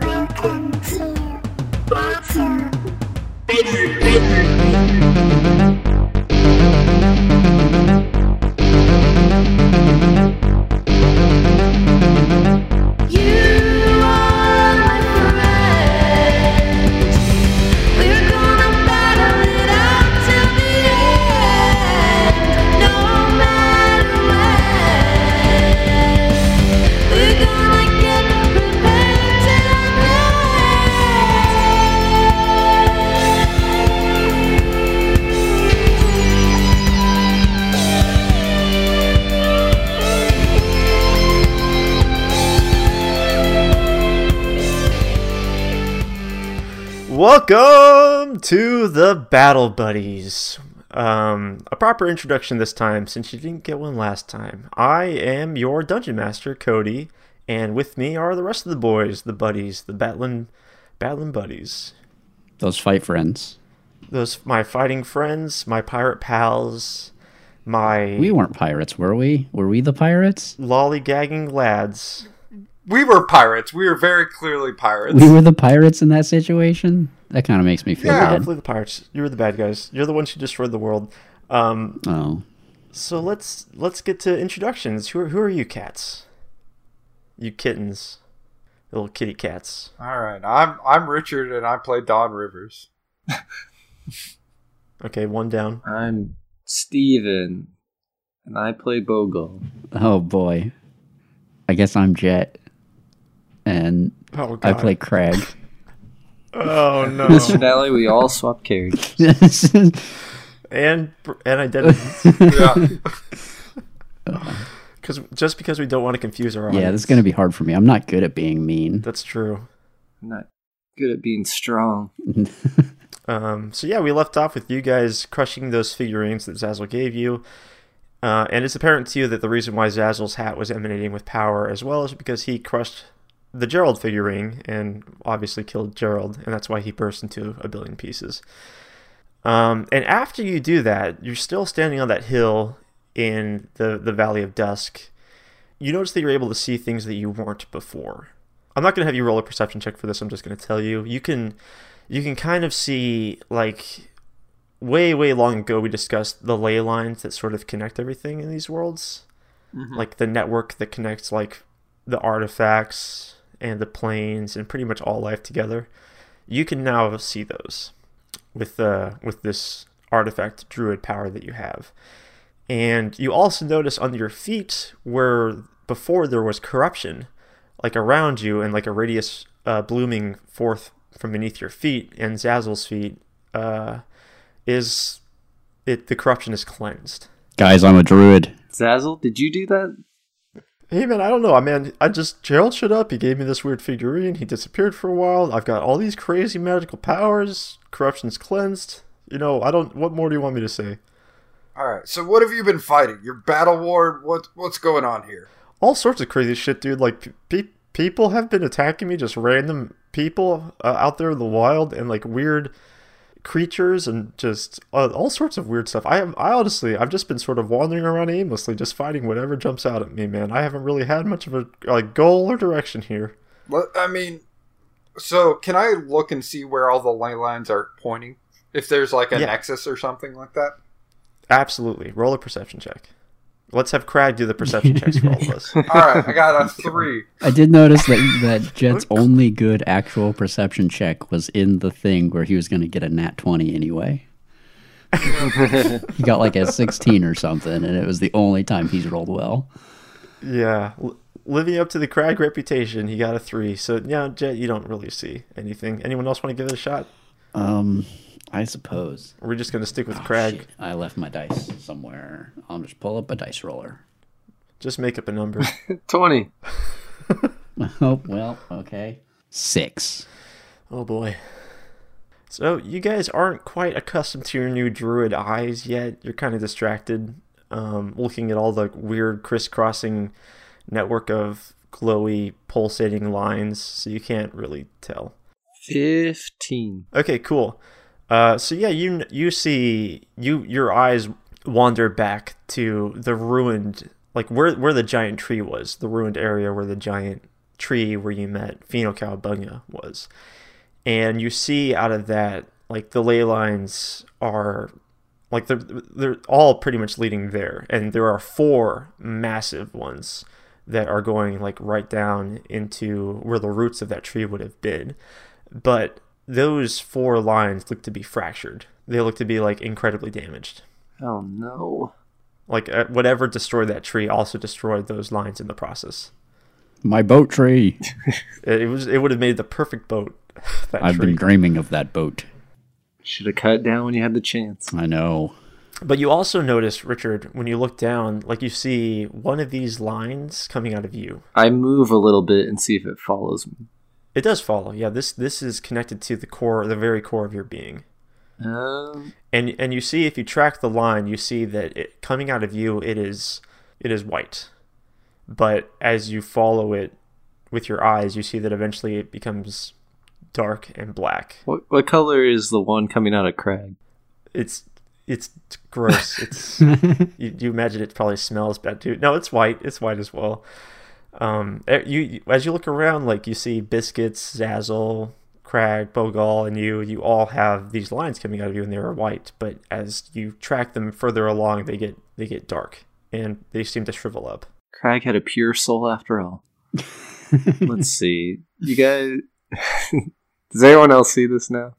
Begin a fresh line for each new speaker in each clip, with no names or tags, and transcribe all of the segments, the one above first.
Welcome to Bachelor Basement.
You are my friend. We're gonna battle it out till the end, no matter when. We're gonna get prepared till
Welcome to the Battle Buddies. Um, a proper introduction this time since you didn't get one last time. I am your dungeon master, Cody, and with me are the rest of the boys, the buddies, the battling, battling buddies.
those fight friends.
Those my fighting friends, my pirate pals, my
We weren't pirates, were we? Were we the pirates?
lollygagging lads.
we were pirates. We were very clearly pirates.
We were the pirates in that situation. That kind of makes me feel
Yeah.
bad.
Hopefully, Um, the pirates. You're the bad guys. You're the ones who destroyed the world. Um,
Oh,
So let's let's get to introductions. Who are, who are you cats? You kittens, little kitty cats.
All right, I'm I'm Richard, and I play Don Rivers.
Okay, one down.
I'm Steven, and I play Bogle.
oh boy. I guess I'm Jet, and
Oh god.
I play Craig.
Oh no.
This finale, we all swap characters.
This is-
and and identities.
Yeah,
Because just because we don't want to confuse our audience.
yeah, this is gonna be hard for me. I'm not good at being mean.
That's true.
I'm not good at being strong.
Um, so yeah, we left off with you guys crushing those figurines that Zazzle gave you, uh, and it's apparent to you that the reason why Zazzle's hat was emanating with power as well is because he crushed the Gerald figurine and obviously killed Gerald, and that's why he burst into a billion pieces. Um, and after you do that, you're still standing on that hill in the the Valley of Dusk. You notice that you're able to see things that you weren't before. I'm not going to have you roll a perception check for this. I'm just going to tell you. You can you can kind of see like way way long ago we discussed the ley lines that sort of connect everything in these worlds like the network that connects like the artifacts and the planes and pretty much all life together you can now see those with uh with this artifact druid power that you have and you also notice under your feet where before there was corruption like around you and like a radius uh, blooming forth from beneath your feet and Zazzle's feet uh, is it the corruption is cleansed.
Guys, I'm a druid.
Zazzle, did you do that?
Hey man, I don't know. I mean, I just Gerald showed up. He gave me this weird figurine. He disappeared for a while. I've got all these crazy magical powers. Corruption's cleansed. You know, I don't. What more do you want me to say?
All right. So what have you been fighting? Your battle ward? What what's going on here?
all sorts of crazy shit, dude. Like pe- pe- people have been attacking me, just random people uh, out there in the wild, and like weird creatures, and just uh, all sorts of weird stuff. I am, I honestly, I've just been sort of wandering around aimlessly, just fighting whatever jumps out at me, man. I haven't really had much of a like goal or direction here.
Let, I mean, so can I look and see where all the ley lines are pointing? If there's like a
Yeah.
nexus or something like that.
Absolutely, roll a perception check. Let's have Crag do the perception checks for all of us.
All right, I got a three.
I did notice that that Jet's only good actual perception check was in the thing where he was gonna get a nat twenty anyway. he got like a sixteen or something, and it was the only time he's rolled well.
Yeah, L- living up to the Crag reputation, he got a three. So yeah, Jet, you don't really see anything. Anyone else want to give it a shot?
Um, I suppose.
We're just gonna stick with
Oh,
Crag.
shit. I left my dice somewhere. I'll just pull up a dice roller.
Just make up a number.
20.
Oh, well, okay. Six.
oh boy. So you guys aren't quite accustomed to your new druid eyes yet. You're kind of distracted, um, looking at all the weird crisscrossing network of glowy pulsating lines, so you can't really tell.
15.
Okay, cool. Uh, so yeah, you you see you your eyes wander back to the ruined like where where the giant tree was, the ruined area where the giant tree where you met Pheno Cowabunga was. And you see out of that, like the ley lines are like they're they're all pretty much leading there. And there are four massive ones that are going like right down into where the roots of that tree would have been. But those four lines look to be fractured. They look to be like incredibly damaged.
Oh no.
Like uh, whatever destroyed that tree also destroyed those lines in the process. Uh,
My boat tree.
It, it was it would have made the perfect boat. That
I've
tree.
been dreaming of that boat.
Should have cut it down when you had the chance.
I know.
But you also notice, Richard, when you look down, like you see one of these lines coming out of you.
I move a little bit and see if it follows me.
It does follow. Yeah, this this is connected to the core, the very core of your being.
Um,
And and you see if you track the line, you see that it coming out of you, it is it is white. But as you follow it with your eyes, you see that eventually it becomes dark and black.
what what color is the one coming out of Craig?
It's it's gross. It's you, you imagine it probably smells bad too. No, it's white. It's white as well. Um, eh, you you- as you look around, like you see biscuits, Zazzle, Crag, Bogal, and you. You all have these lines coming out of you, and they are white. But as you track them further along, they get they get dark, and they seem to shrivel up.
Craig had a pure soul after all. Let's see. You guys. Does anyone else see this now?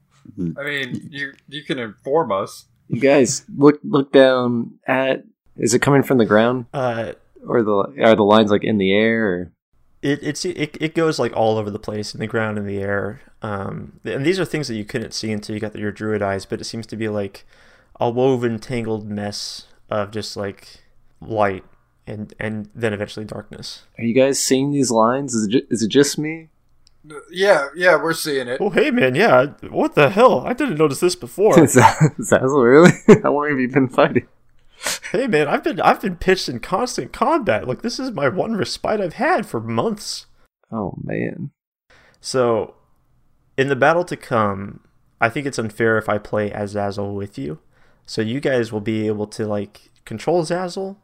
I mean, you you can inform us.
You guys look look down at. Is it coming from the ground
Uh,
or the are the lines like in the air? Or,
it it's it, it goes like all over the place in the ground in the air um and these are things that you couldn't see until you got your druid eyes but it seems to be like a woven tangled mess of just like light and and then eventually darkness
are you guys seeing these lines? Is it ju- is it just me?
Yeah, yeah, we're seeing it.
oh hey man yeah what the hell i didn't notice this before
Zazzle, really? How long have you been fighting?
hey man i've been i've been pitched in constant combat like this is my one respite i've had for months
Oh man.
So, in the battle to come, I think it's unfair if I play as Zazzle with you. So you guys will be able to like control Zazzle,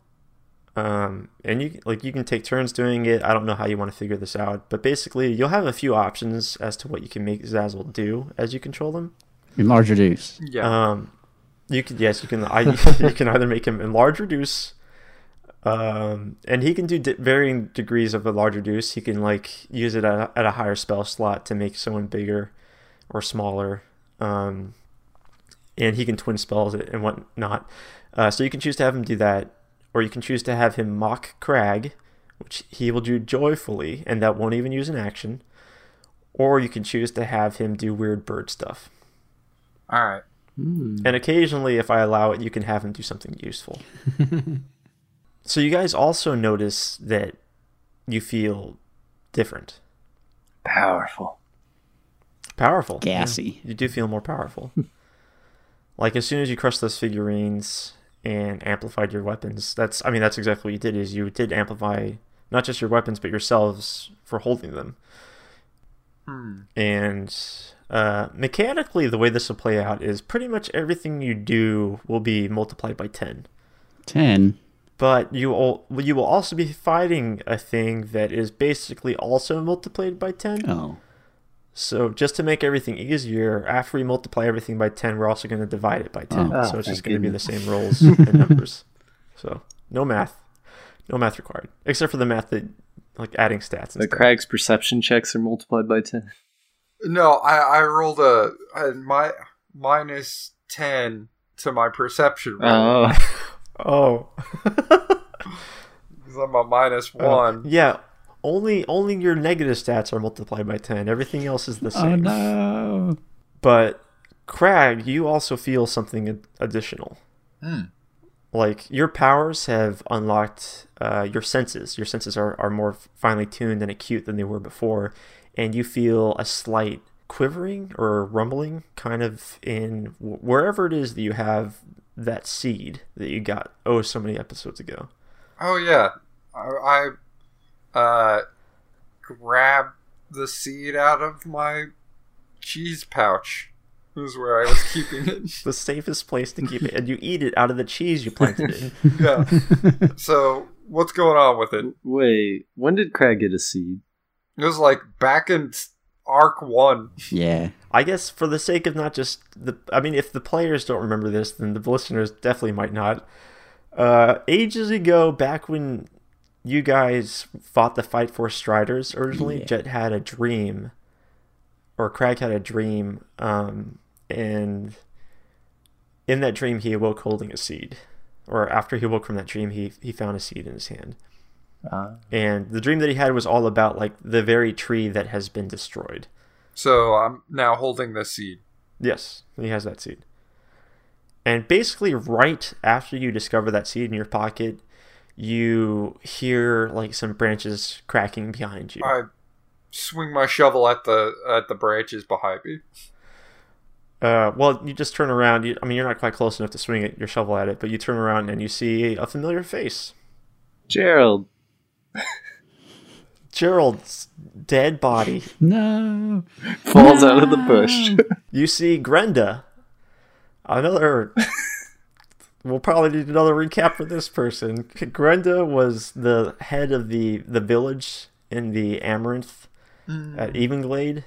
um, and you like you can take turns doing it. I don't know how you want to figure this out, but basically you'll have a few options as to what you can make Zazzle do as you control him.
Enlarge reduce.
Yeah.
Um, you can yes, you can. I, you can either make him enlarge, reduce, um, and he can do di- varying degrees of enlarge, reduce. He can like use it at a, at a higher spell slot to make someone bigger or smaller, um, and he can twin spells it and whatnot. Uh, so you can choose to have him do that, or you can choose to have him mock Crag, which he will do joyfully, and that won't even use an action. Or you can choose to have him do weird bird stuff.
All right.
And occasionally, if I allow it, you can have him do something useful. so you guys also notice that you feel different,
Powerful.
powerful.
Gassy.
You do feel more powerful. like as soon as you crushed those figurines and amplified your weapons, that's I mean that's exactly what you did is you did amplify not just your weapons but yourselves for holding them. And uh, mechanically, the way this will play out is pretty much everything you do will be multiplied by ten.
Ten.
but you will you will also be fighting a thing that is basically also multiplied by 10
Oh.
so just to make everything easier after we multiply everything by 10 we're also going to divide it by 10
Oh.
so it's
Oh,
just
thank
going to be the same rolls and numbers so no math no math required except for the math that like adding stats and
The
stuff.
Craig's perception checks are multiplied by ten.
No, I I rolled a, a my minus ten to my perception roll
Oh,
oh uh,
'cause I'm a minus
Uh-huh.
one.
yeah only only your negative stats are multiplied by 10 everything else is the same
Oh no.
but Crag, you also feel something ad- additional. Like your powers have unlocked uh, your senses. Your senses are, are more finely tuned and acute than they were before, and you feel a slight quivering or rumbling, kind of in wh- wherever it is that you have that seed that you got oh so many episodes ago.
Oh yeah, I, I uh grabbed the seed out of my cheese pouch. This is where I was keeping it.
The safest place to keep it, and you eat it out of the cheese you planted it in.
Yeah. So what's going on with it?
wait. When did Craig get a seed?
It was like back in arc one.
Yeah.
I guess for the sake of not just the, I mean, if the players don't remember this, then the listeners definitely might not. Uh, ages ago, back when you guys fought the fight for Striders originally,
Yeah.
Jet had a dream, or Crag had a dream, um, and in that dream he awoke holding a seed, or after he awoke from that dream, he he found a seed in his hand.
Ah.
And the dream that he had was all about like the very tree that has been destroyed.
So I'm now holding the seed.
Yes, he has that seed. And basically, right after you discover that seed in your pocket, you hear like some branches cracking behind you.
I swing my shovel at the at the branches behind me.
Uh, well, you just turn around. You, I mean, you're not quite close enough to swing it, your shovel at it, but you turn around and you see a familiar face.
Gerald.
Gerald's dead body.
No.
falls out of the bush.
You see Grenda. Another. we'll probably need another recap for this person. Grenda was the head of the, the village in the Amaranth at Evenglade.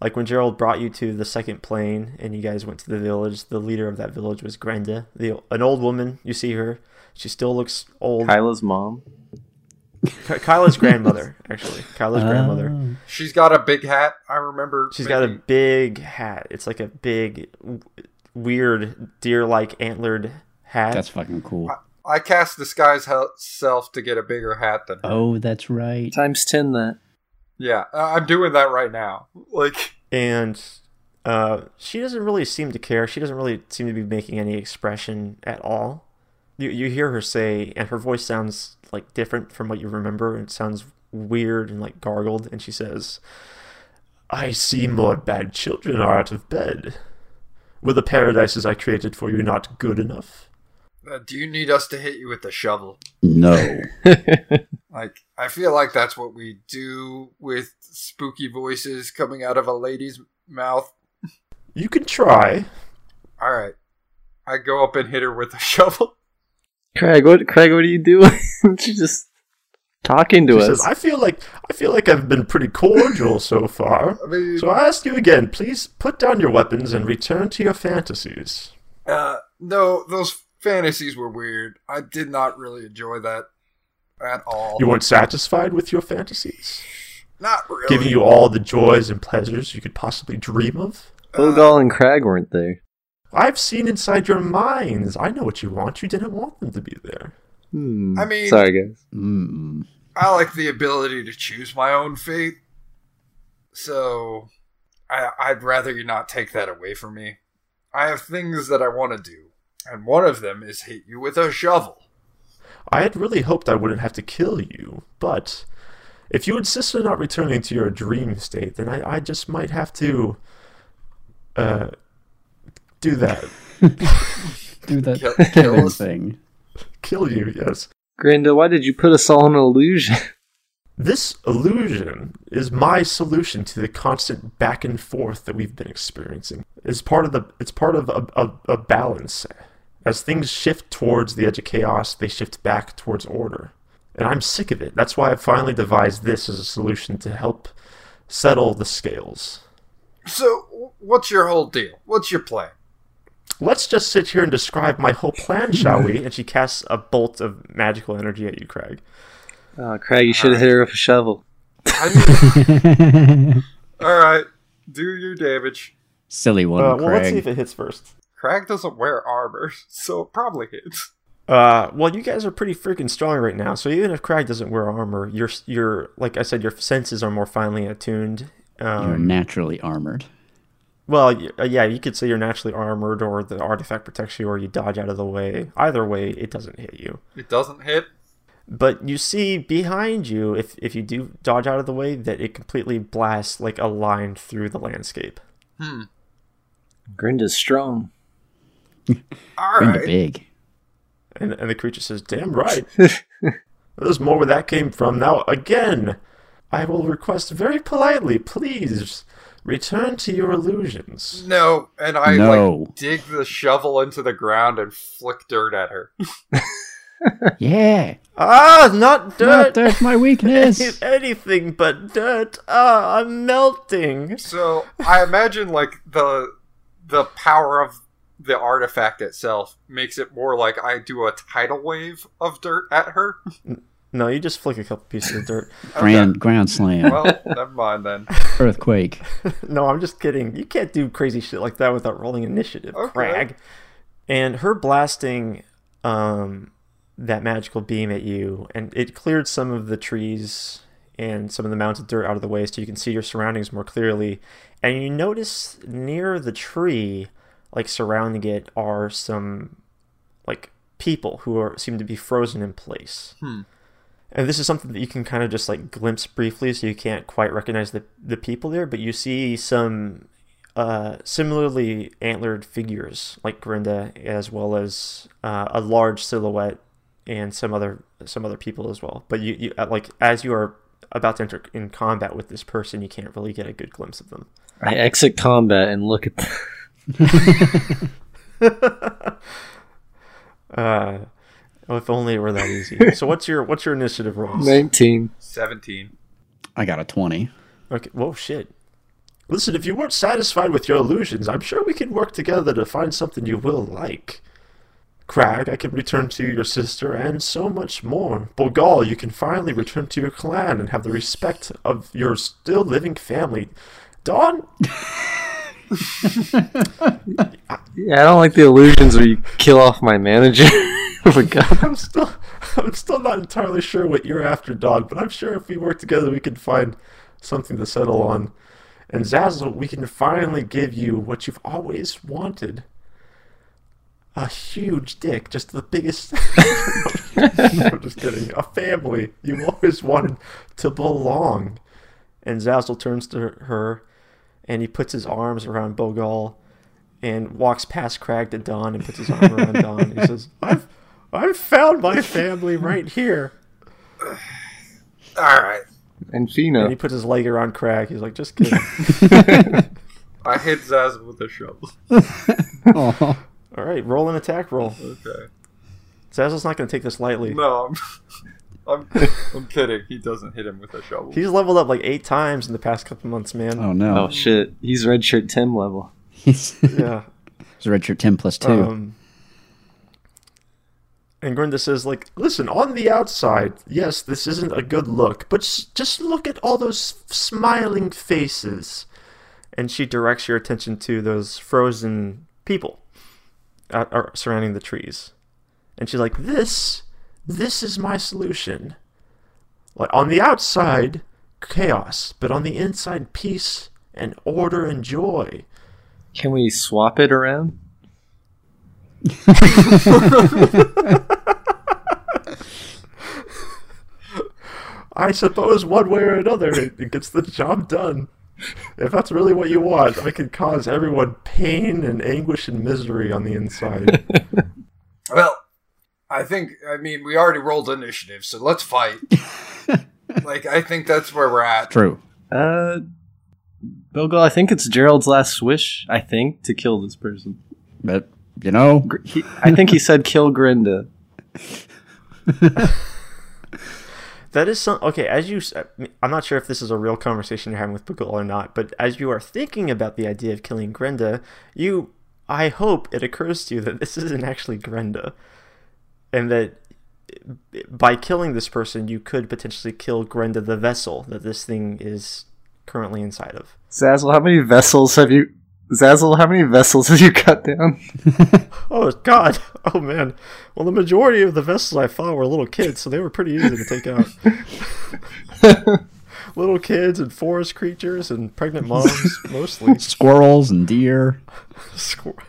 Like when Gerald brought you to the second plane and you guys went to the village, the leader of that village was Grenda, the, an old woman. You see her. She still looks old.
Kyla's mom.
Ky- Kyla's grandmother, actually. Kyla's grandmother.
Oh.
She's got a big hat. I remember.
She's
She's
got a big hat. It's like a big, w- weird deer-like antlered hat.
That's fucking cool.
I cast disguise self to get a bigger hat than her.
Oh, that's right.
Times ten that.
Yeah, I- I'm doing that right now. Like,
and uh, she doesn't really seem to care. She doesn't really seem to be making any expression at all. You you hear her say, and her voice sounds like different from what you remember. It sounds weird and like gargled. And she says, "I see more bad children are out of bed. Were the paradises I created for you not good enough?"
uh, do you need us to hit you with the shovel?
No.
Like, I feel like that's what we do with spooky voices coming out of a lady's mouth.
You can try.
All right, I go up and hit her with a shovel.
Craig, what Craig, what are you doing? She's just talking to
She
us.
says, "I feel like I feel like I've been pretty cordial so far."
I mean,
So I ask you again, please put down your weapons and return to your fantasies.
uh, no, those fantasies were weird. I did not really enjoy that at all.
You weren't satisfied with your fantasies,
not really.
giving you all the joys and pleasures you could possibly dream of.
Bogal and Craig weren't there.
I've seen inside your minds. I know what you want. You didn't want them to be there.
Hmm.
I mean-
sorry guys.
Mm.
I like the ability to choose my own fate. So I, I'd rather you not take that away from me. I have things that I want to do, and one of them is hit you with a shovel.
I had really hoped I wouldn't have to kill you, but if you insist on not returning to your dream state, then I, I just might have to uh, do that.
Do that
Kill-
killing
kill us.
thing.
kill you, yes.
Grinda, why did you put us all in an illusion?
This illusion is my solution to the constant back and forth that we've been experiencing. It's part of the it's part of a, a, a balance. As things shift towards the edge of chaos, they shift back towards order. And I'm sick of it. That's why I finally devised this as a solution to help settle the scales.
So, wh- what's your whole deal? What's your plan?
Let's just sit here and describe my whole plan, shall we? And she casts a bolt of magical energy at you, Craig.
Oh, Craig, you should have hit her with a shovel.
I need- All right, do your damage.
Silly one,
Uh, well, let's see
Craig.
if it hits first.
Crag doesn't wear armor, so it probably hits.
Uh, well, you guys are pretty freaking strong right now. So even if Crag doesn't wear armor, your your like I said, your senses are more finely attuned.
You're
Um,
naturally armored.
well, y- uh, yeah, you could say you're naturally armored, or the artifact protects you, or you dodge out of the way. Either way, it doesn't hit you.
It doesn't hit.
But you see behind you, if if you do dodge out of the way, that it completely blasts like a line through the landscape.
Grinda's strong.
All
Kinda
right.
big.
And and the creature says, "Damn right, there's more where that came from." Now again, I will request very politely, please return to your illusions.
No, and I
No.
like dig the shovel into the ground and flick dirt at her.
Yeah.
Ah, not dirt.
Not that's my weakness.
Anything but dirt. Ah, I'm melting.
So I imagine like the the power of the artifact itself makes it more like I do a tidal wave of dirt at her.
No, you just flick a couple pieces of dirt.
Grand ground slam.
Well, never mind then.
Earthquake.
No, I'm just kidding. You can't do crazy shit like that without rolling initiative,
Okay.
crag. And her blasting um, that magical beam at you, and it cleared some of the trees and some of the mounted dirt out of the way so you can see your surroundings more clearly. And you notice near the tree, like surrounding it, are some like people who are seem to be frozen in place. And this is something that you can kind of just like glimpse briefly, so you can't quite recognize the the people there, but you see some uh, similarly antlered figures like Grinda, as well as uh, a large silhouette and some other some other people as well. But you, you uh, like as you are about to enter in combat with this person, you can't really get a good glimpse of them.
I exit combat and look at. The-
Uh, oh, if only it were that easy. so what's your what's your initiative rolls?
Nineteen.
Seventeen.
I got a 20.
Okay. Whoa, shit. Listen, if you weren't satisfied with your illusions, I'm sure we can work together to find something you will like. Crag, I can return to your sister, and so much more. Borgal, you can finally return to your clan and have the respect of your still living family. Dawn,
Yeah, I don't like the illusions where you kill off my manager. oh my god.
I'm still, I'm still not entirely sure what you're after, Dawn, but I'm sure if we work together, we can find something to settle on. And Zazzle, we can finally give you what you've always wanted. A huge dick, just the biggest. I'm just kidding. A family. You always wanted to belong. And Zazzle turns to her and he puts his arms around Bogal and walks past Crag to Don and puts his arm around Don. He says, I've, I've found my family right here.
All right.
And
And
he
Fina.
puts his leg around Crag. He's like, just kidding.
I hit Zaz with a shovel.
Aw.
All right, roll an attack roll.
Okay.
Zazzle's not going to take this lightly.
No, I'm, I'm, I'm kidding. He doesn't hit him with a shovel.
He's leveled up like eight times in the past couple months, man.
Oh, no.
Oh shit. He's red shirt Tim level.
He's
Yeah.
it's Richard 10 plus 2.
Um, and Grinda says, like, listen, on the outside, yes, this isn't a good look, but s- just look at all those smiling faces. And she directs your attention to those frozen people uh, are surrounding the trees. And she's like, this, this is my solution. Like, on the outside, chaos, but on the inside, peace and order and joy.
Can we swap it around?
I suppose one way or another, it, it gets the job done. If that's really what you want, I can cause everyone pain and anguish and misery on the inside.
Well, I think I mean we already rolled initiative, so let's fight. like I think that's where we're at.
True.
Uh, Bogle, I think it's Gerald's last wish. I think to kill this person.
But, you know,
Gr- He, I think he said kill Grinda.
that is some okay. As you, s- uh, I'm not sure if this is a real conversation you're having with Pukul or not, but as you are thinking about the idea of killing Grenda, you, I hope it occurs to you that this isn't actually Grenda, and that uh, by killing this person, you could potentially kill Grenda, the vessel that this thing is currently inside of.
Zazzle, how many vessels have you? Zazzle, how many vessels have you cut down?
Oh God! Oh man! Well, the majority of the vessels I fought were little kids, so they were pretty easy to take out. little kids and forest creatures and pregnant moms, mostly.
squirrels and deer.
Squ-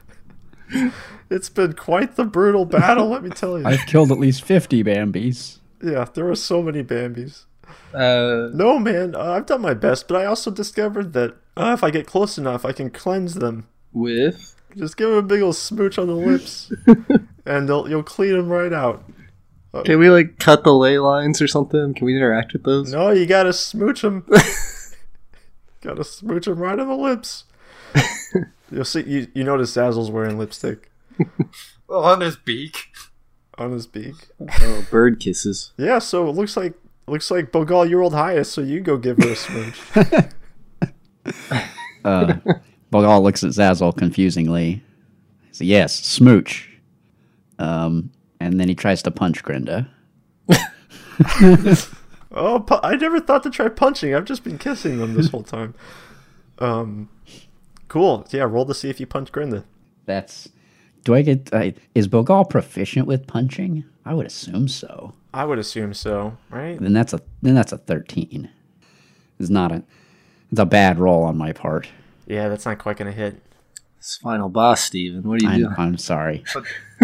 It's been quite the brutal battle, let me tell you.
I've killed at least 50 Bambis.
Yeah, there were so many Bambies.
Uh,
No, man, uh, I've done my best, but I also discovered that uh, if I get close enough, I can cleanse them.
with
Just give them a big old smooch on the lips, and they'll, you'll clean them right out.
can we like cut the ley lines or something? Can we interact with those?
No, you gotta smooch him. gotta smooch him right on the lips. You'll see. You, you notice Zazzle's wearing lipstick.
Well, on his beak.
on his beak.
Oh, bird kisses.
Yeah, so it looks like looks like Bogal, your old highest, so you go give her a smooch.
Uh, Bogal looks at Zazzle confusingly. He's like, yes, smooch. Um, and then he tries to punch Grinda.
oh, pu- I never thought to try punching. I've just been kissing them this whole time. Um, cool. Yeah, roll to see if you punch Grinda.
That's. Do I get. I, is Bogal proficient with punching? I would assume so.
I would assume so, right?
Then that's a then that's a thirteen. It's not a. It's a bad roll on my part.
Yeah, that's not quite gonna hit.
It's final boss, Steven. What are you
I'm,
doing?
I'm sorry.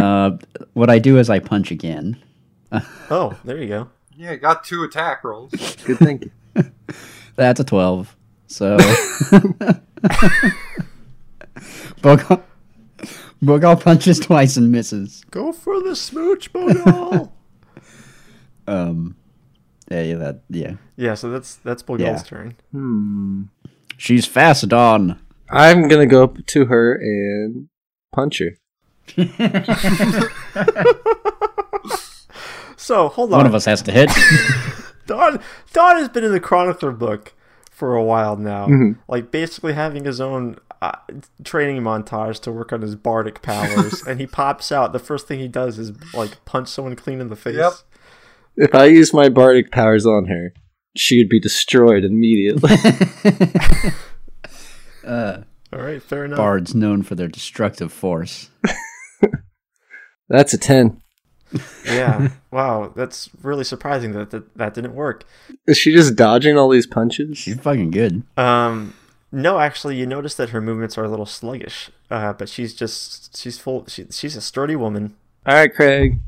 uh, what I do is I punch again.
Oh, there you go.
Yeah, got two attack rolls.
Good thinking.
That's a 12. So. Bogal, Bogal punches twice and misses.
Go for the smooch, Bogal.
Um, yeah, yeah, that, yeah.
yeah, so that's that's Bogal's
Yeah.
turn.
Hmm.
She's fast, Dawn.
I'm gonna go up to her and punch her.
So hold on.
One of us has to hit.
Don Don has been in the chronicler book for a while now,
Mm-hmm.
like basically having his own uh, training montage to work on his bardic powers. and he pops out. The first thing he does is like punch someone clean in the face.
Yep.
If I used my bardic powers on her, she would be destroyed immediately.
All right, fair enough.
Bards known for their destructive force.
That's a ten.
Yeah. wow, that's really surprising that that, that didn't work.
Is she just dodging all these punches?
She's fucking good.
Um, no, actually, you notice that her movements are a little sluggish. Uh, but she's just she's full. She, she's a sturdy woman.
All right, Craig,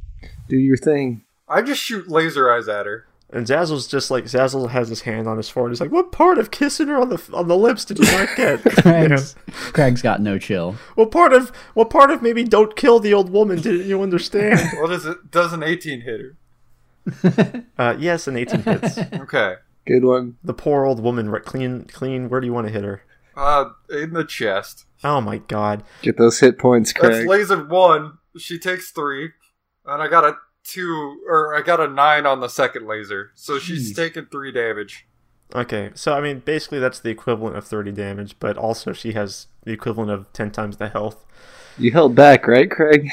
do your thing.
I just shoot laser eyes at her.
And Zazzle's just like Zazzle has his hand on his forehead. He's like, "What part of kissing her on the on the lips did you not get? You know?
Craig's, Craig's got no chill.
What part of what part of maybe don't kill the old woman didn't you understand?"
Well, does it does an eighteen hit her?
uh, yes, and eighteen hits.
Okay.
Good one.
The poor old woman. Right, clean, clean. Where do you want to hit her?
Uh, in the chest.
Oh my god.
Get those hit points,
That's
Craig.
laser one. She takes three, and I got a two or I got a nine on the second laser. So she's taking three damage.
Okay, so I mean, basically that's the equivalent of thirty damage, but also she has the equivalent of ten times the health.
You held back, right, Craig?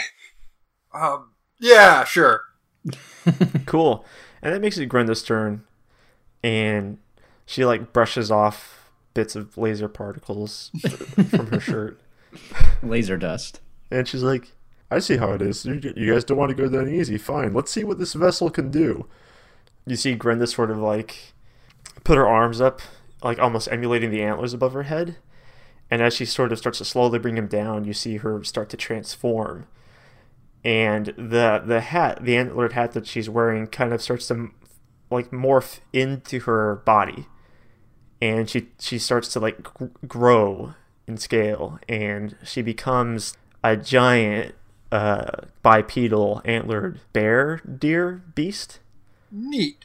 Um, yeah, sure.
Cool. And that makes it Grenda's turn. And she like brushes off bits of laser particles from her shirt.
Laser dust.
And she's like, I see how it is. You, you guys don't want to go that easy. Fine. Let's see what this vessel can do. You see Grenda sort of like put her arms up, like almost emulating the antlers above her head. And as she sort of starts to slowly bring him down, you see her start to transform. And the the hat, the antlered hat that she's wearing, kind of starts to like morph into her body and she she starts to like gr- grow in scale and she becomes a giant uh, bipedal antlered bear deer beast
Neat.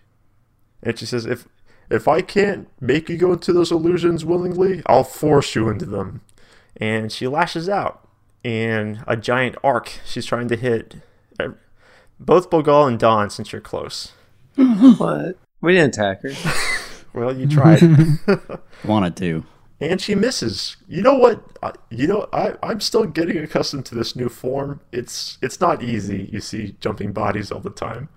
and she says if if i can't make you go into those illusions willingly i'll force you into them and she lashes out in a giant arc she's trying to hit uh, both bogal and don since you're close
What? We didn't attack her.
well you tried
Wanted to.
and she misses. You know what? I, you know I I'm still getting accustomed to this new form. It's it's not easy. You see jumping bodies all the time.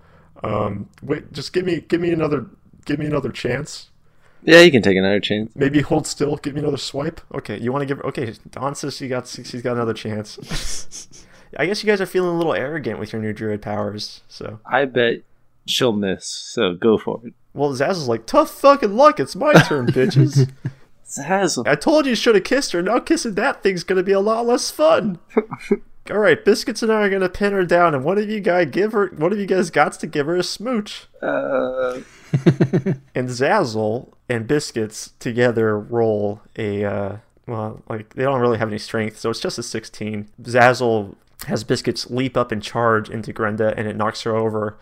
Um, wait, just give me give me another give me another chance.
Yeah, you can take another chance.
Maybe hold still. Give me another swipe. Okay, you want to give? Okay, Dawn says she got she's got another chance. I guess you guys are feeling a little arrogant with your new druid powers. So,
I bet she'll miss. So go for it.
well, Zaz is like tough fucking luck. It's my turn, bitches.
Zazzle.
I told you you should have kissed her. Now kissing that thing's gonna be a lot less fun. All right, biscuits and I are gonna pin her down, and one of you guys give her, one of you guys got to give her a smooch.
Uh,
And Zazzle and biscuits together roll a uh, well, like they don't really have any strength, so it's just a sixteen. Zazzle has biscuits leap up and charge into Grenda, and it knocks her over.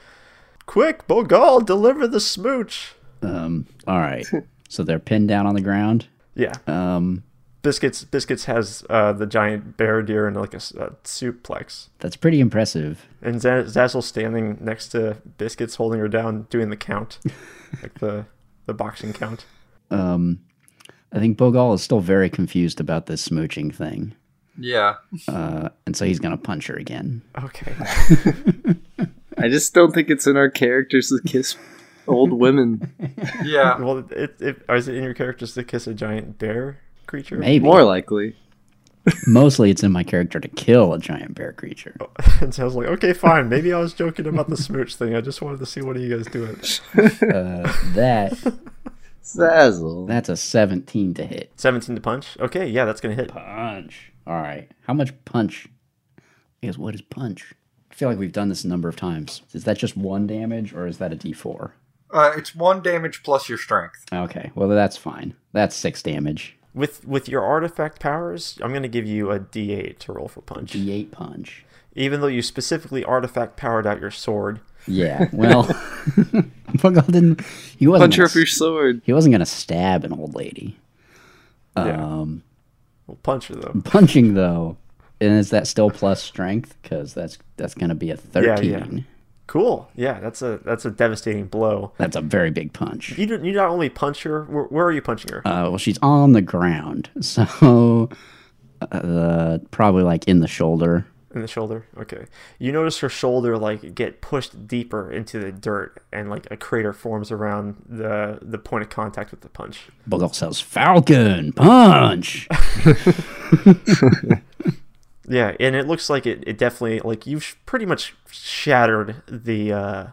Quick, Bogal, deliver the smooch.
Um, all right. So they're pinned down on the ground.
Yeah,
Um,
Biscuits Biscuits has uh, the giant bear deer and like a, s- a suplex,
That's pretty impressive.
and Z- Zazzle standing next to Biscuits, holding her down, doing the count, like the the boxing count.
Um, I think Bogal is still very confused about this smooching thing,
Yeah.
uh, and so he's gonna punch her again.
Okay,
I just don't think it's in our characters to kiss old women.
Yeah.
well, it, it, or is it in your characters to kiss a giant bear creature?
Maybe
More likely.
mostly it's in my character to kill a giant bear creature.
and so I was like, okay, fine. Maybe I was joking about the smooch thing. I just wanted to see what are you guys doing.
Uh, that
Zazzle.
that's a seventeen to hit.
17 to punch. Okay, yeah, that's gonna hit.
Punch. All right. How much punch? I guess what is punch? I feel like we've done this a number of times. Is that just one damage or is that a d4?
Uh, it's one damage plus your strength.
Okay. Well, that's fine. That's six damage.
With with your artifact powers, I'm gonna give you a D8 to roll for punch.
D8 punch.
Even though you specifically artifact powered out your sword.
Yeah. Well, Fungal didn't. He wasn't.
Punch her
Gonna,
with your
s-
sword.
he wasn't gonna stab an old lady.
Yeah.
Um,
Well, punch her though.
punching though, and is that still plus strength? Because that's that's gonna be a
yeah.
thirteen.
Cool. Yeah, that's a that's a devastating blow.
That's a very big punch.
You don't, you not only punch her. Where, where are you punching her?
Uh, well, she's on the ground, so uh, probably like in the shoulder.
In the shoulder. Okay. You notice her shoulder like get pushed deeper into the dirt, and like a crater forms around the the point of contact with the punch.
Bogal says, "Falcon punch."
Yeah, and it looks like it, it definitely like you've sh- pretty much shattered the uh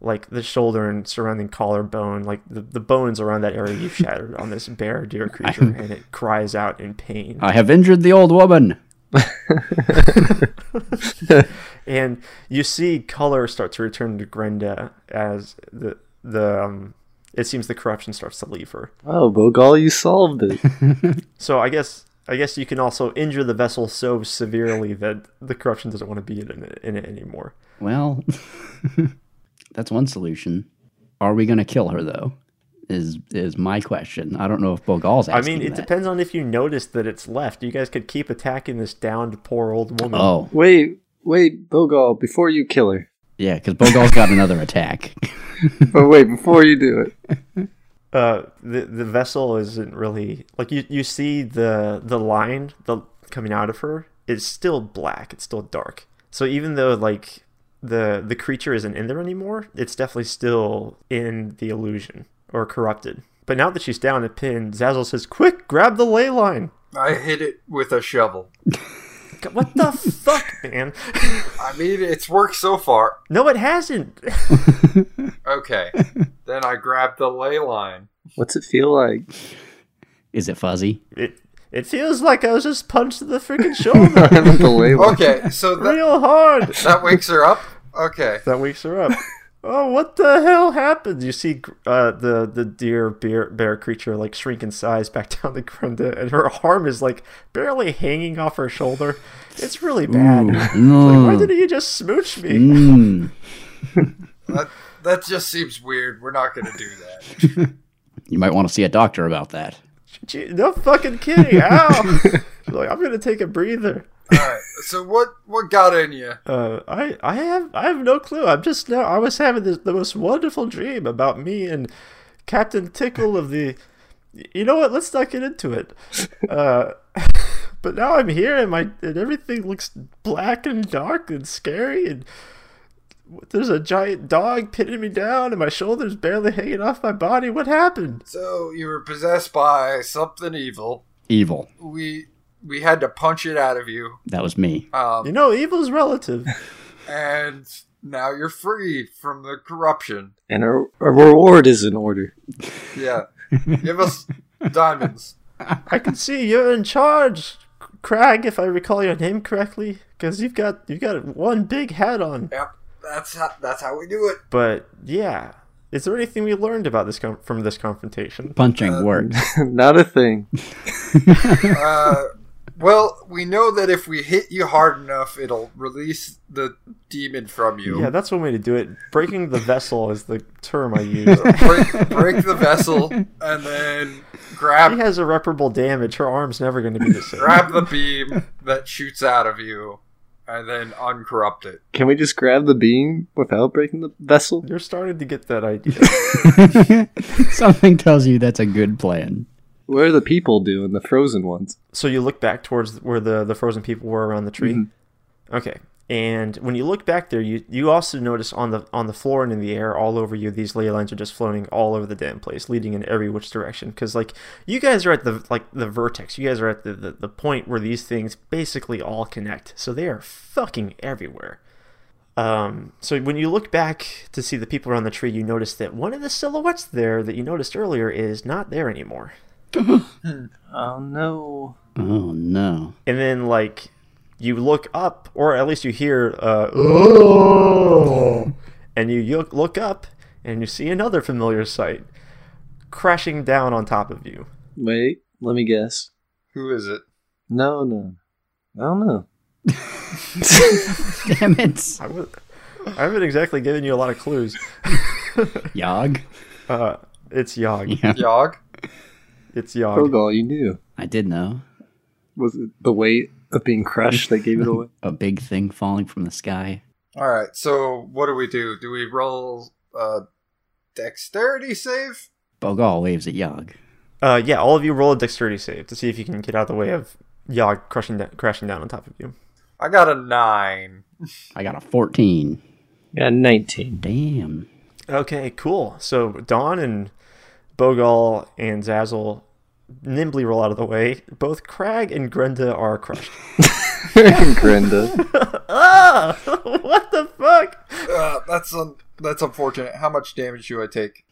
like the shoulder and surrounding collarbone, like the, the bones around that area you've shattered on this bear deer creature and it cries out in pain.
I have injured the old woman.
And you see color start to return to Grenda as the the um it seems the corruption starts to leave her.
Oh, Bogal, you solved it.
So I guess I guess you can also injure the vessel so severely that the corruption doesn't want to be in it, in it anymore.
Well, that's one solution. Are we going to kill her though? Is is my question. I don't know if Bogal's
I
asking
mean, it
that.
depends on if you notice that it's left. You guys could keep attacking this downed poor old woman.
Oh,
Wait, wait, Bogal, before you kill her.
yeah, because Bogal's got another attack.
But wait, before you do it.
Uh, the the vessel isn't really like you. You see the the line the coming out of her is still black. It's still dark. So even though like the the creature isn't in there anymore, it's definitely still in the illusion or corrupted. But now that she's down and pinned, Zazzle says, "Quick, grab the ley line."
I hit it with a shovel.
God, What the fuck, man?
I mean, it's worked so far.
No, it hasn't.
Okay. then I grabbed the ley line.
What's it feel like?
Is it fuzzy?
It it feels like I was just punched in the freaking shoulder.
With the label.
Okay, so that,
real hard.
that wakes her up? Okay.
That wakes her up. Oh, what the hell happened? You see uh, the the deer bear, bear creature like shrink in size back down to Grunda, and her arm is like barely hanging off her shoulder. It's really bad. Like, why
Mm.
didn't you just smooch me?
Mm.
That, that just seems weird. We're not going to do that.
You might want to see a doctor about that.
Gee, no fucking kidding. Ow! She's like I'm gonna take a breather.
All right. So what what got in you?
Uh, I I have I have no clue. I'm just now. I was having this, the most wonderful dream about me and Captain Tickle of the. You know what? Let's not get into it. Uh, but now I'm here and my and everything looks black and dark and scary and there's a giant dog pinning me down and my shoulders barely hanging off my body. What happened?
So you were possessed by something evil.
Evil.
We we had to punch it out of you.
That was me.
Um,
You know, evil's relative.
and now you're free from the corruption.
And a, a reward is in order.
Yeah. Give us diamonds.
I can see you're in charge, Crag, if I recall your name correctly, because you've got you've got one big hat on.
Yep. That's how, that's how we do it.
But yeah, is there anything we learned about this com- from this confrontation?
Punching worked.
Not a thing.
Uh, well, we know that if we hit you hard enough, it'll release the demon from you.
Yeah, that's one way to do it. Breaking the vessel is the term I use.
break, break the vessel, and then Grab
She has irreparable damage. Her arm's never going to be the same.
grab the beam that shoots out of you, and then uncorrupt it.
Can we just grab the beam without breaking the vessel?
You're starting to get that idea.
Something tells you that's a good plan.
What are the people doing? The frozen ones.
so you look back towards where the, the frozen people were around the tree.
Mhm.
Okay. And when you look back there, you, you also notice on the on the floor and in the air, all over you, these ley lines are just floating all over the damn place, leading in every which direction. Because like you guys are at the like the vertex, you guys are at the, the, the point where these things basically all connect. So they are fucking everywhere. Um, so when you look back to see the people around the tree, you notice that one of the silhouettes there that you noticed earlier is not there anymore.
Oh no.
Oh no.
and then like you look up or at least you hear uh and you yo- look up and you see another familiar sight crashing down on top of you
Wait, let me guess.
Who is it?
No, no. I don't know.
Damn it.
i, was, I haven't exactly given you a lot of clues
Yog.
uh it's yog
Yeah.
Yog?
it's
Told
yog
all you knew.
I did know.
Was it the weight of being crushed that gave it away?
A big thing falling from the sky.
All right. So what do we do? Do we roll uh, dexterity save?
Bogal waves at Yog.
uh yeah all of you roll a dexterity save to see if you can get out of the way of yog crushing da- crashing down on top of you
I got a nine.
I got a 14.
Yeah, 19.
Damn.
Okay, cool. So Dawn and Bogal and Zazzle nimbly roll out of the way. Both Crag and Grenda are crushed.
Grinda.
Ah! what the fuck?
Uh, that's un- that's unfortunate. How much damage do I take?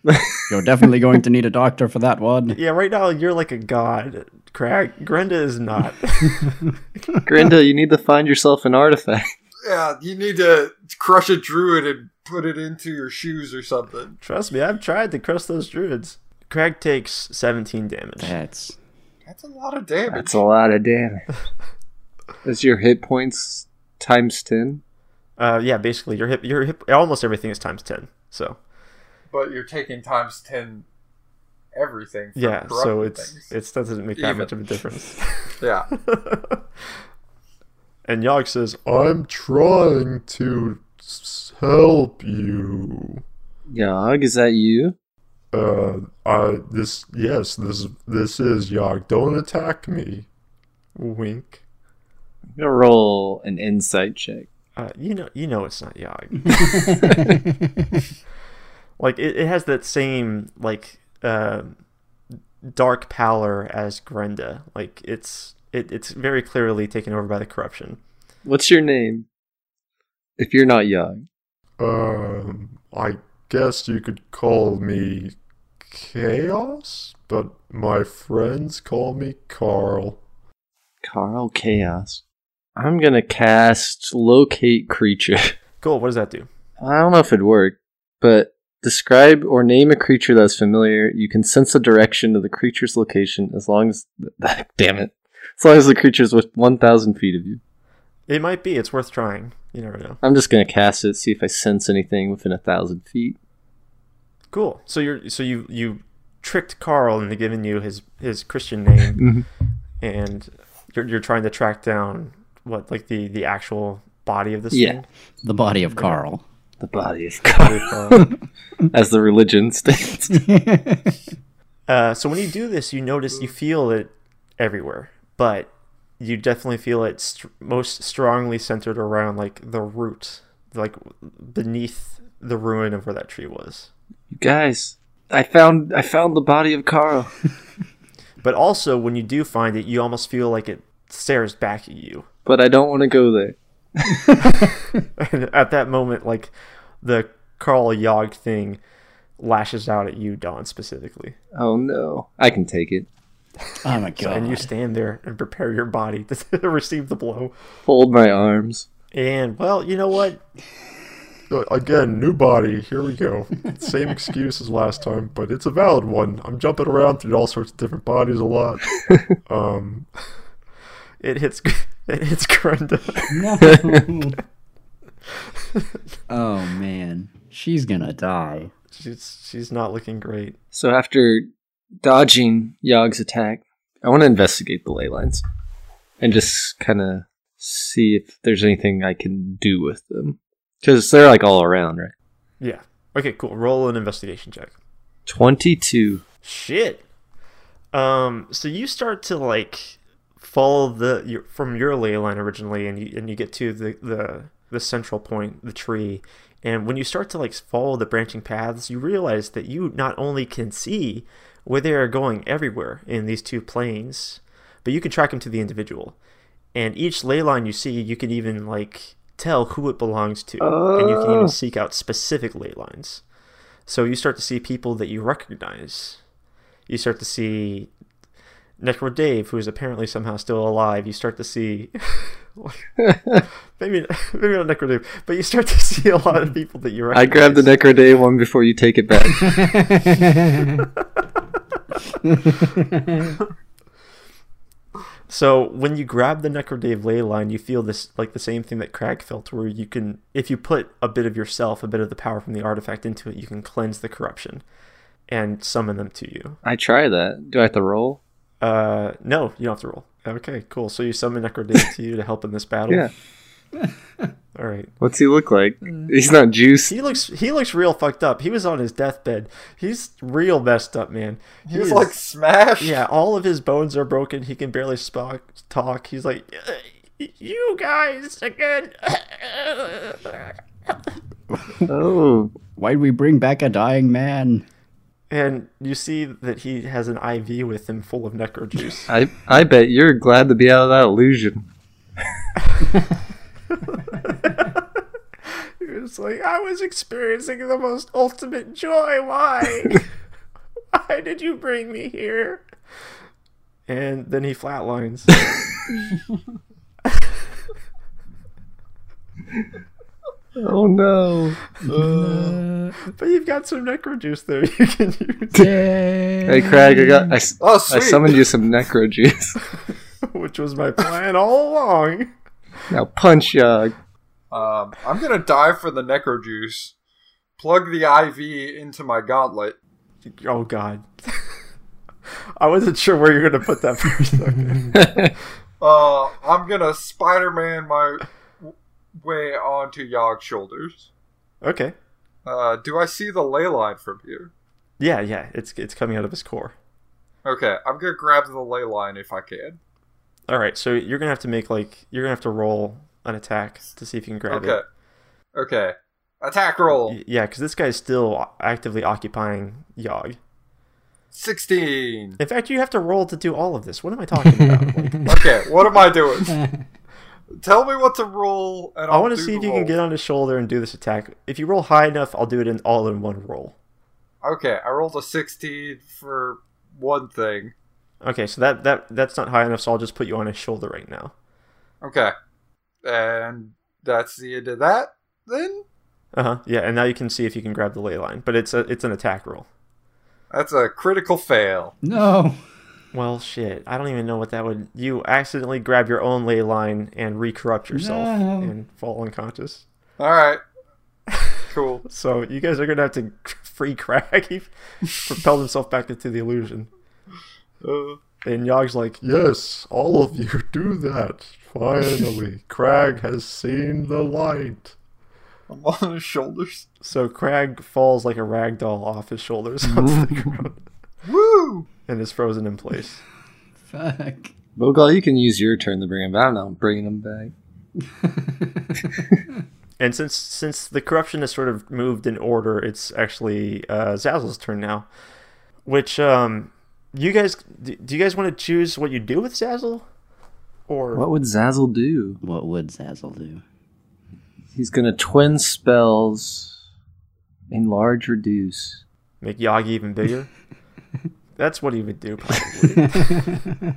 You're definitely going to need a doctor for that one.
Yeah, right now you're like a god, Crag. Grenda is not.
Grinda, you need to find yourself an artifact.
Yeah, you need to crush a druid and put it into your shoes or something.
Trust me, I've tried to crush those druids. Crag takes 17 damage.
That's.
That's a lot of damage.
That's a lot of damage. Is your hit points times 10?
Uh, yeah, basically your hip, your hip, almost everything is times 10. So
but you're taking times ten everything. for
yeah, so
corrupted
it's
things.
it's that doesn't make that
Even.
much of a difference.
yeah.
And Yogg says,
I'm trying to s- help you.
Yog, is that you?
Uh, I this yes this this is Yogg. Don't attack me.
"Wink."
I'm gonna roll an insight check.
Uh, you know, you know, it's not Yogg. like it, it has that same like uh, dark pallor as Grenda. Like it's it, it's very clearly taken over by the corruption.
What's your name? If you're not Yog.
Um, I guess you could call me Chaos, but my friends call me Carl.
Carl Chaos. I'm gonna cast Locate Creature.
Cool. What does that do?
I don't know if it'd work, but describe or name a creature that's familiar. You can sense the direction of the creature's location as long as. Damn it. As long as the creature's with 1,000 feet of you.
It might be. It's worth trying. You never know.
I'm just gonna cast it, see if I sense anything within a thousand feet.
Cool. So you're so you you tricked Carl into giving you his his Christian name, and you're you're trying to track down what like the the actual body of this
Yeah.
thing.
The body of Carl.
The body is gone, as the religion states.
Uh, so when you do this, you notice you feel it everywhere, but you definitely feel it st- most strongly centered around like the root, like beneath the ruin of where that tree was.
You guys, I found I found the body of Carl.
But also, when you do find it, you almost feel like it stares back at you.
But I don't want to go there.
And at that moment, like the Carl Yog thing lashes out at you, Dawn specifically,
Oh no. I can take it.
Oh my god.
and you stand there and prepare your body to receive the blow.
Hold my arms.
And well, you know what?
Uh, Again, new body. Here we go. Same excuse as last time, but it's a valid one. I'm jumping around through all sorts of different bodies a lot. Um,
It hits. It hits Grunda.
No. oh man. She's gonna die.
She's she's not looking great.
So after dodging Yog's attack. I want to investigate the ley lines and just kind of see if there's anything I can do with them because they're like all around, right?
Yeah. Okay, cool. Roll an investigation check.
Twenty-two.
Shit. Um, so you start to like follow the your, from your ley line originally, and you and you get to the the the central point, the tree, and when you start to like follow the branching paths, you realize that you not only can see where they are going everywhere in these two planes, but you can track them to the individual. And each ley line you see, you can even like tell who it belongs to, and you can even seek out specific ley lines. So you start to see people that you recognize. You start to see Necro Dave, who is apparently somehow still alive. You start to see maybe maybe not Necro Dave, but you start to see a lot of people that you recognize.
I grabbed the Necro Day one before you take it back.
So when you grab the Necrodave ley line, you feel this like the same thing that Crag felt, where you can, if you put a bit of yourself, a bit of the power from the artifact into it, you can cleanse the corruption and summon them to you.
I try that. Do I have to roll?
Uh, no, you don't have to roll. Okay, cool. So you summon Necrodave to you to help in this battle.
Yeah.
All right.
What's he look like? He's not juiced.
He looks he looks real fucked up. He was on his deathbed. He's real messed up, man. He
He's
is-
like smashed.
Yeah, all of his bones are broken. He can barely spock, talk. He's like, you guys again.
Oh,
Why'd we bring back a dying man?
And you see that he has an IV with him full of necro juice.
I I bet you're glad to be out of that illusion.
He was like, I was experiencing the most ultimate joy. Why? Why did you bring me here? And then he flatlines.
Oh no!
but you've got some necro juice there you can use,
Hey, Craig, I got I, s-
Oh, sweet.
I summoned you some necro juice.
which was my plan all along.
now punch Yog.
Um, I'm gonna dive for the necro juice. Plug the IV into my gauntlet.
Oh God. I wasn't sure where you're gonna put that first. Okay.
Uh, I'm gonna Spider-Man my w- way onto Yog's shoulders.
okay.
Uh, do I see the ley line from here?
Yeah, yeah. It's it's coming out of his core.
Okay, I'm gonna grab the ley line if I can.
All right. So you're gonna have to make like you're gonna have to roll an attack to see if you can grab
Okay.
it.
Okay. Attack roll.
Y- Yeah, because this guy's still actively occupying Yogg.
16.
In fact, you have to roll to do all of this. What am I talking about? Like,
Okay, what am I doing? Tell me what to roll, and
I
I'll
want to
do
see
the
if you
roll.
can get on his shoulder and do this attack. If you roll high enough, I'll do it in all in one roll.
Okay, I rolled a 16 for one thing.
Okay, so that that that's not high enough, so I'll just put you on his shoulder right now.
Okay. And that's the end of that, then?
Uh huh. Yeah, and now you can see if you can grab the ley line, but it's a it's an attack roll.
That's a critical fail.
No.
Well, shit. I don't even know what that would. You accidentally grab your own ley line and recorrupt yourself
No.
and fall unconscious.
Alright. Cool.
So you guys are gonna have to free crack. He propelled himself back into the illusion,
Uh,
and Yogg's like,
Yes, all of you do that. Finally, Crag has seen the light.
I'm on his shoulders.
so Crag falls like a rag doll off his shoulders onto the ground
Woo!
and is frozen in place.
Fuck.
Bogal, you can use your turn to bring him back. I'm not bringing him back.
And since since the corruption has sort of moved in order, it's actually uh, Zazzle's turn now. Which um, you guys do, do you guys want to choose what you do with Zazzle, or
What would Zazzle do?
What would Zazzle do?
He's gonna twin spells, enlarge, reduce.
make Yagi even bigger? That's what he would do. Probably.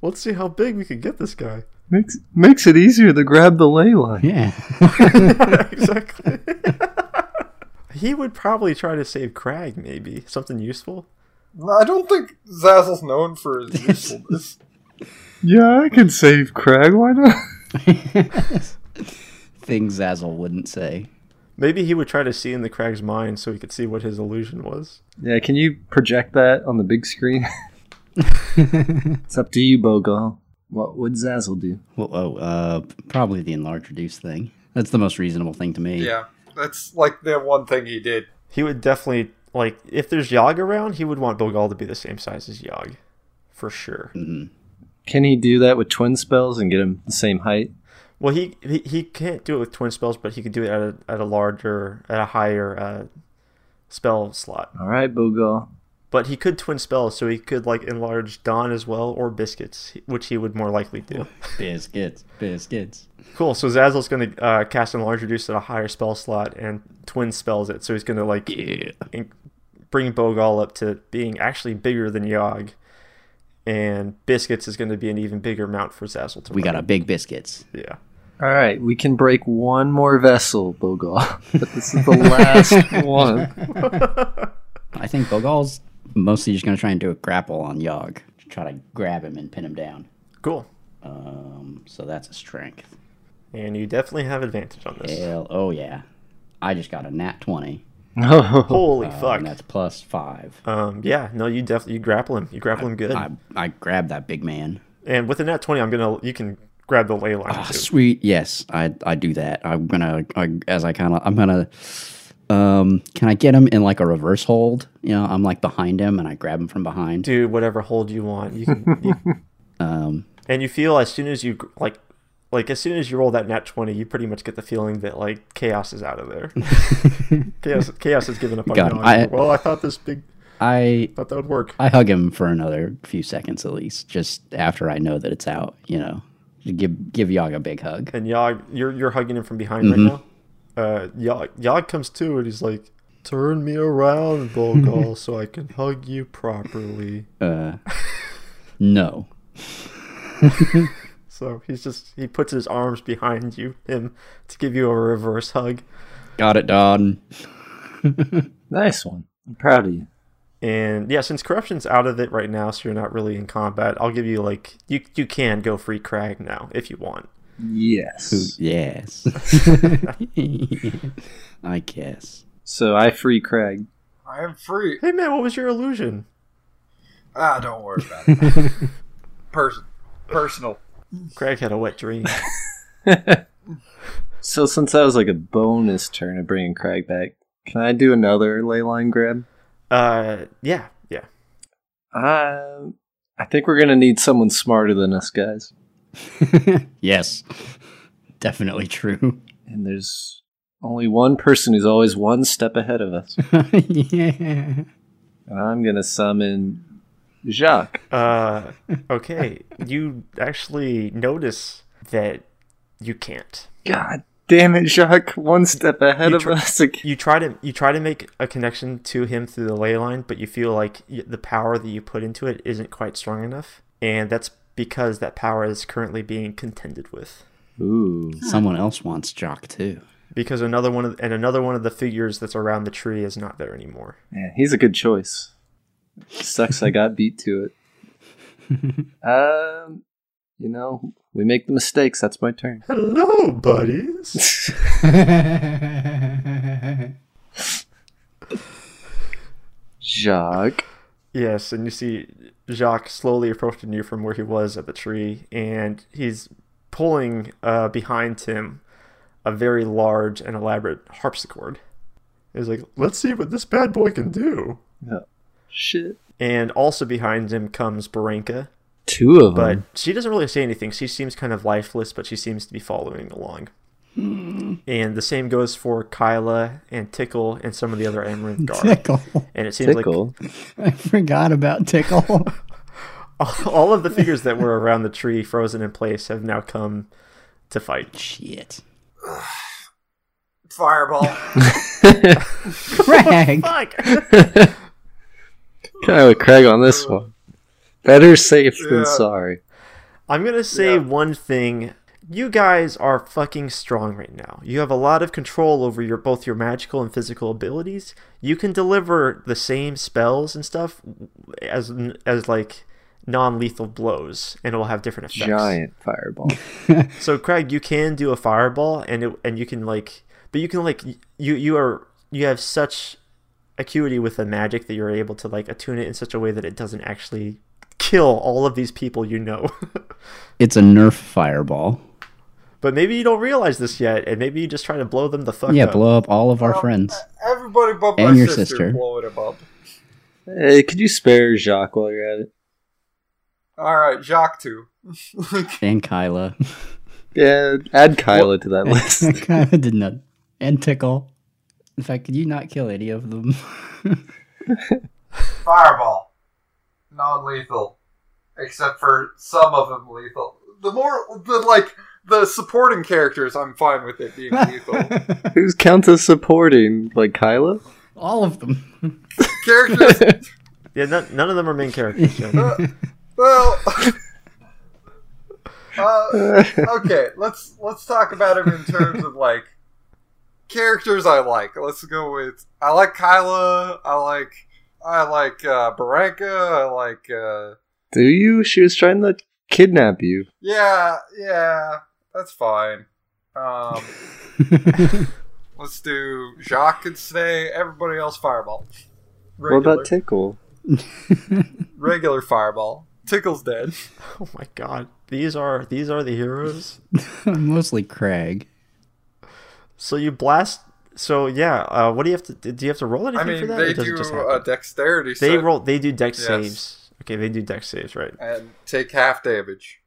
Let's see how big we can get this guy.
Makes makes it easier to grab the ley line.
Yeah.
exactly. he would probably try to save Crag, maybe something useful.
I don't think Zazzle's known for his usefulness.
Yeah, I can save Crag. Why not?
Things Zazzle wouldn't say.
Maybe he would try to see in the crag's mind so he could see what his illusion was.
Yeah, can you project that on the big screen? it's up to you, Bogal. What would Zazzle do?
Well, oh, uh, probably the enlarge reduce thing. That's the most reasonable thing to me.
Yeah, that's like the one thing he did.
He would definitely like if there's Yogg around, he would want Bilgal to be the same size as Yogg, for sure.
Can he do that with twin spells and get him the same height?
Well, he, he he can't do it with twin spells, but he can do it at a, at a larger, at a higher uh, spell slot.
All right, Bogal.
But he could twin spells, so he could like enlarge Don as well or Biscuits, which he would more likely do.
Biscuits, biscuits.
Cool. So Zazzle's going to uh, cast Enlarge Reduce at a higher spell slot and twin spells it. So he's going to like
Yeah.
in- bring Bogal up to being actually bigger than Yogg, and Biscuits is going to be an even bigger mount for Zazzle to
We
ride.
got a big biscuits.
yeah.
All right, we can break one more vessel, Bogal. but this is the last one.
I think Bogal's mostly just going to try and do a grapple on Yogg. Try to grab him and pin him down.
Cool.
Um, so that's a strength.
And you definitely have advantage on this.
Hell, oh yeah. I just got a nat 20.
No.
Holy
And Uh, that's
fuck.
plus five.
Um, yeah, no, you definitely you grapple him. You grapple him good.
I, I grabbed that big man.
and with a nat twenty, I'm gonna you can grab the ley line
Ah,
too.
sweet. Yes, I, I do that. I'm gonna I, as I kind of I'm gonna um can I get him in like a reverse hold? You know, I'm like behind him and I grab him from behind.
Do whatever hold you want. You can. You,
Um,
and you feel as soon as you gr- like, like as soon as you roll that nat twenty, you pretty much get the feeling that like chaos is out of there. chaos, chaos has given up on
Got
you.
him. I
Well, I thought this big
I
thought that would work.
I hug him for another few seconds at least, just after I know that it's out. You know, give give Yog a big hug.
and Yog, you're you're hugging him from behind
Mm-hmm.
right now. Uh, Yog, Yog comes to and he's like, "Turn me around, Bogal, so I can hug you properly."
Uh, no,
So he's just he puts his arms behind you him to give you a reverse hug,
got it, Don.
Nice one. I'm proud of you.
and yeah, since corruption's out of it right now, so you're not really in combat. I'll give you like you you can go free Crag now if you want.
Yes.
Yes, I guess.
So I free Craig.
I am free.
Hey man, what was your illusion?
Ah, don't worry about it. Person, personal.
Crag had a wet dream.
So since that was like a bonus turn of bringing Craig back, can I do another ley line grab?
uh, yeah, yeah.
Uh, I think we're gonna need someone smarter than us, guys.
Yes, definitely true.
And there's only one person who's always one step ahead of us.
yeah.
And I'm gonna summon Jacques.
Uh, okay. you actually notice that you can't.
God damn it, Jacques! One step ahead
You
of
tr-
us again.
You try to you try to make a connection to him through the ley line, but you feel like y- the power that you put into it isn't quite strong enough, and that's because that power is currently being contended with.
Ooh.
Someone else wants Jock too.
Because another one of, and another one of the figures that's around the tree is not there anymore.
Man, he's a good choice. Sucks I got beat to it. Um, you know, we make the mistakes. That's my turn.
Hello, buddies.
Jacques.
Yes, and you see Jacques slowly approaching you from where he was at the tree, and he's pulling uh, behind him a very large and elaborate harpsichord. He's like,
Let's see what this bad boy can do.
Shit.
and also behind him comes Baranka,
Two of
but
them.
she doesn't really say anything. She seems kind of lifeless, but she seems to be following along. And the same goes for Kyla and Tickle and some of the other Amaranth Guard.
Tickle.
And it seems like
Tickle.
I forgot about Tickle.
all of the figures that were around the tree, frozen in place, have now come to fight.
Shit.
Fireball.
Craig.
Kind of with Craig on this one. Better safe
Yeah.
than sorry.
I'm gonna say
Yeah.
one thing. You guys are fucking strong right now. You have a lot of control over your both your magical and physical abilities. You can deliver the same spells and stuff as as like non-lethal blows, and it will have different effects.
Giant fireball.
So Craig, you can do a fireball, and it, and you can like but you can like y- you you are you have such acuity with the magic that you're able to like attune it in such a way that it doesn't actually kill all of these people you know.
It's a Nerf fireball.
but maybe you don't realize this yet, and maybe you're just trying to blow them the fuck
Yeah,
up.
blow up all of our friends.
Everybody but my
And your
sister,
sister.
blowing him up.
Hey, could you spare Jacques while you're at it?
All right, Jacques too.
And Kyla.
Yeah, add Kyla to that list.
Kyla did not. And Tickle. In fact, could you not kill any of them?
Fireball, non-lethal, except for some of them lethal. The more the like the supporting characters, I'm fine with it being lethal.
Who's counts as supporting? Like Kyla?
all of them.
characters uh,
Yeah, none, none of them are main characters. you know.
Well, uh, okay. Let's let's talk about him in terms of like characters I like. Let's go with I like Kyla. I like I like uh, Baranka. I like uh,
Do you? She was trying to kidnap you.
yeah yeah. That's fine. Um, let's do Jacques and Snay. Everybody else Fireball. Regular,
What about Tickle?
regular Fireball. Tickle's dead.
oh my god, these are these are the heroes.
Mostly Craig.
So you blast. So yeah, uh, what do you have to? Do you have to roll anything
I mean,
for that?
they
or does it
do
just
a
happen?
dexterity.
They
save.
roll. They do dex
Yes.
saves. Okay, they do dex saves, right?
and take half damage.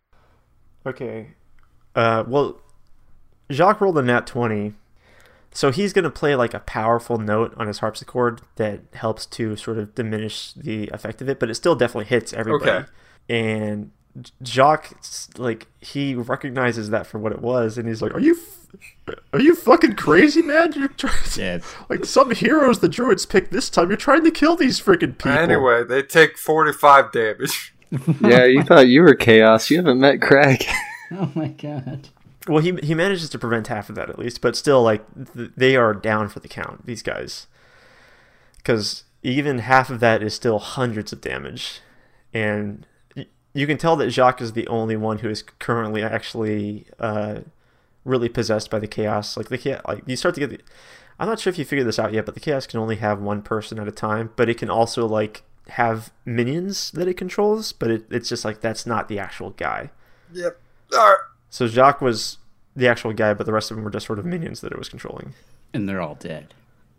Okay. Uh, well, Jacques rolled a nat 20, so he's going to play like a powerful note on his harpsichord that helps to sort of diminish the effect of it, but it still definitely hits everybody.
Okay.
And J- Jacques, s- like, he recognizes that for what it was, and he's like,
Like, are you, f- are you fucking crazy, man? You're trying to,
Yes.
like some heroes the druids picked this time. You're trying to kill these freaking people.
Anyway, they take 45 damage.
Yeah, you thought you were chaos. You haven't met Craig.
Oh my god.
well, he, he manages to prevent half of that at least, but still, like, th- they are down for the count, these guys. Because even half of that is still hundreds of damage. and y- you can tell that Jacques is the only one who is currently actually uh, really possessed by the chaos. Like the chaos, like you start to get. The, I'm not sure if you figured this out yet, but the chaos can only have one person at a time, but it can also like have minions that it controls. But it, it's just like that's not the actual guy.
Yep. Alright.
So Jacques was the actual guy, but the rest of them were just sort of minions that it was controlling.
And they're all dead.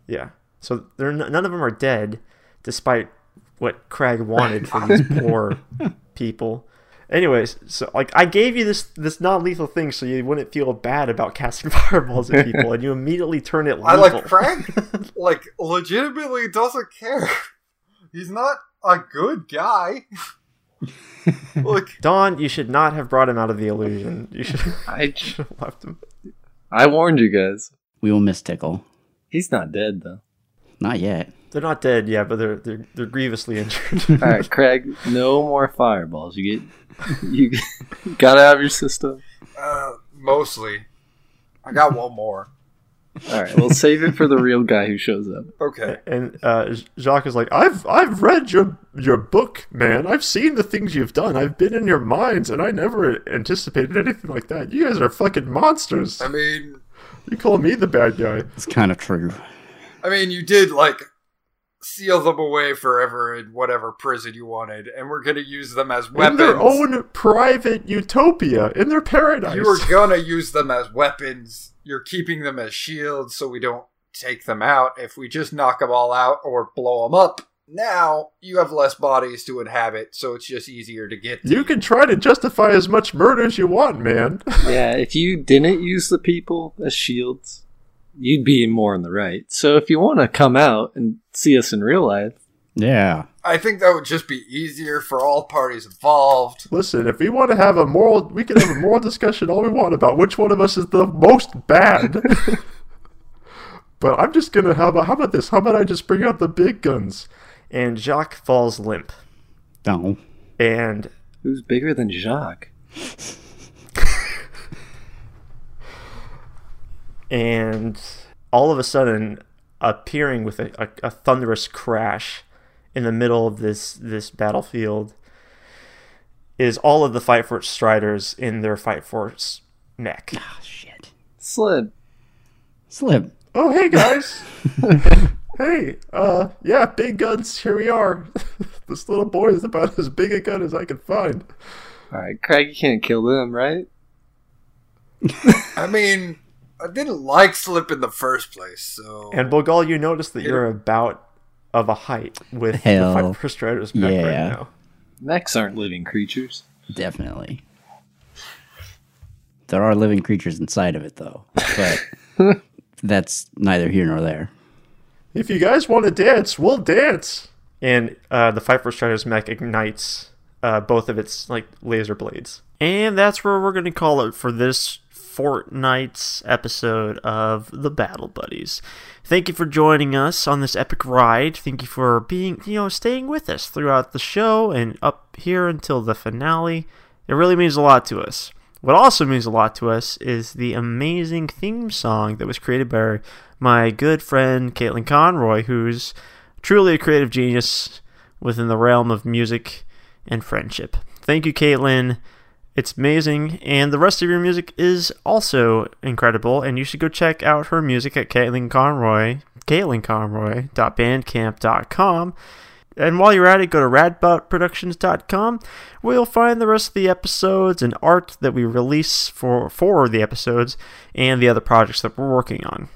Yeah. So they're n- none of them are dead, despite what Craig wanted for these poor people. Anyways, so like I gave you this this non lethal thing so you wouldn't feel bad about casting fireballs at people, and you immediately turn it lethal.
I like Frank, like, legitimately doesn't care. He's not a good guy. like,
Don, you should not have brought him out of the illusion. You should
I,
have left him.
I warned you guys.
We will miss Tickle.
He's not dead though.
Not yet.
They're not dead, yeah, but they're they're, they're grievously injured.
All right, Craig. No more fireballs. You get. You get- got out of your system.
uh, mostly. I got one more.
All right, we'll save it for the real guy who shows up.
Okay.
And uh, Jacques is like,
I've I've read your your book, man. I've seen the things you've done. I've been in your minds, and I never anticipated anything like that. You guys are fucking monsters.
I mean,
You call me the bad guy.
It's kind of true.
I mean, you did, like, seal them away forever in whatever prison you wanted, and we're gonna use them as
In their
weapons.
own private utopia, in their paradise.
You were gonna use them as weapons. You're keeping them as shields so we don't take them out. If we just knock them all out or blow them up, now you have less bodies to inhabit, so it's just easier to get.
You can try to justify as much murder as you want, man.
Yeah, if you didn't use the people as shields, you'd be more on the right. So if you want to come out and see us in real life,
Yeah.
I think that would just be easier for all parties involved.
Listen, if we want to have a moral, we can have a moral discussion all we want about which one of us is the most bad. but I'm just gonna. How about how about this? How about I just bring out the big guns?
and Jacques falls limp,
No.
and
who's bigger than Jacques?
and all of a sudden appearing with a, a, a thunderous crash in the middle of this this battlefield is all of the fight for striders in their fight force neck
Oh, shit.
Slid.
Slim.
Oh, hey guys. hey, uh, yeah, big guns. Here we are. this little boy is about as big a gun as I can find.
All right, Craig, you can't kill them, right?
I mean, I didn't like Slip in the first place, so
And Bogal, you notice that you're about of a height with
Hell.
the five first striders back
Yeah.
right now.
Mechs aren't living creatures.
Definitely. There are living creatures inside of it, though. But that's neither here nor there.
If you guys want to dance, we'll dance.
And uh, the five first striders mech ignites uh, both of its like laser blades. And that's where we're gonna call it for this Fortnite's episode of the Battle Buddies. Thank you for joining us on this epic ride. Thank you for being you know, staying with us throughout the show and up here until the finale. It really means a lot to us. What also means a lot to us is the amazing theme song that was created by my good friend Caitlin Conroy, who's truly a creative genius within the realm of music and friendship. Thank you, Caitlin. It's amazing, and the rest of your music is also incredible, and you should go check out her music at Caitlin Conroy, caitlinconroy.bandcamp.com. And while you're at it, go to radboutproductions.com, where you'll find the rest of the episodes and art that we release for, for the episodes and the other projects that we're working on.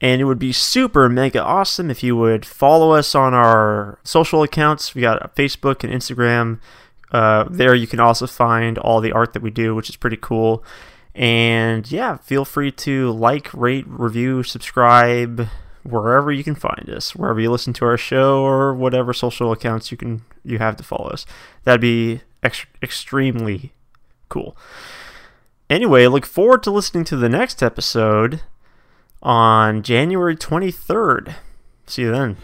And it would be super mega awesome if you would follow us on our social accounts. We got Facebook and Instagram. Uh, there you can also find all the art that we do, which is pretty cool. And yeah, feel free to like, rate, review, subscribe wherever you can find us, wherever you listen to our show or whatever social accounts you can you have to follow us. That'd be ex- extremely cool. Anyway, look forward to listening to the next episode on January 23rd. See you then.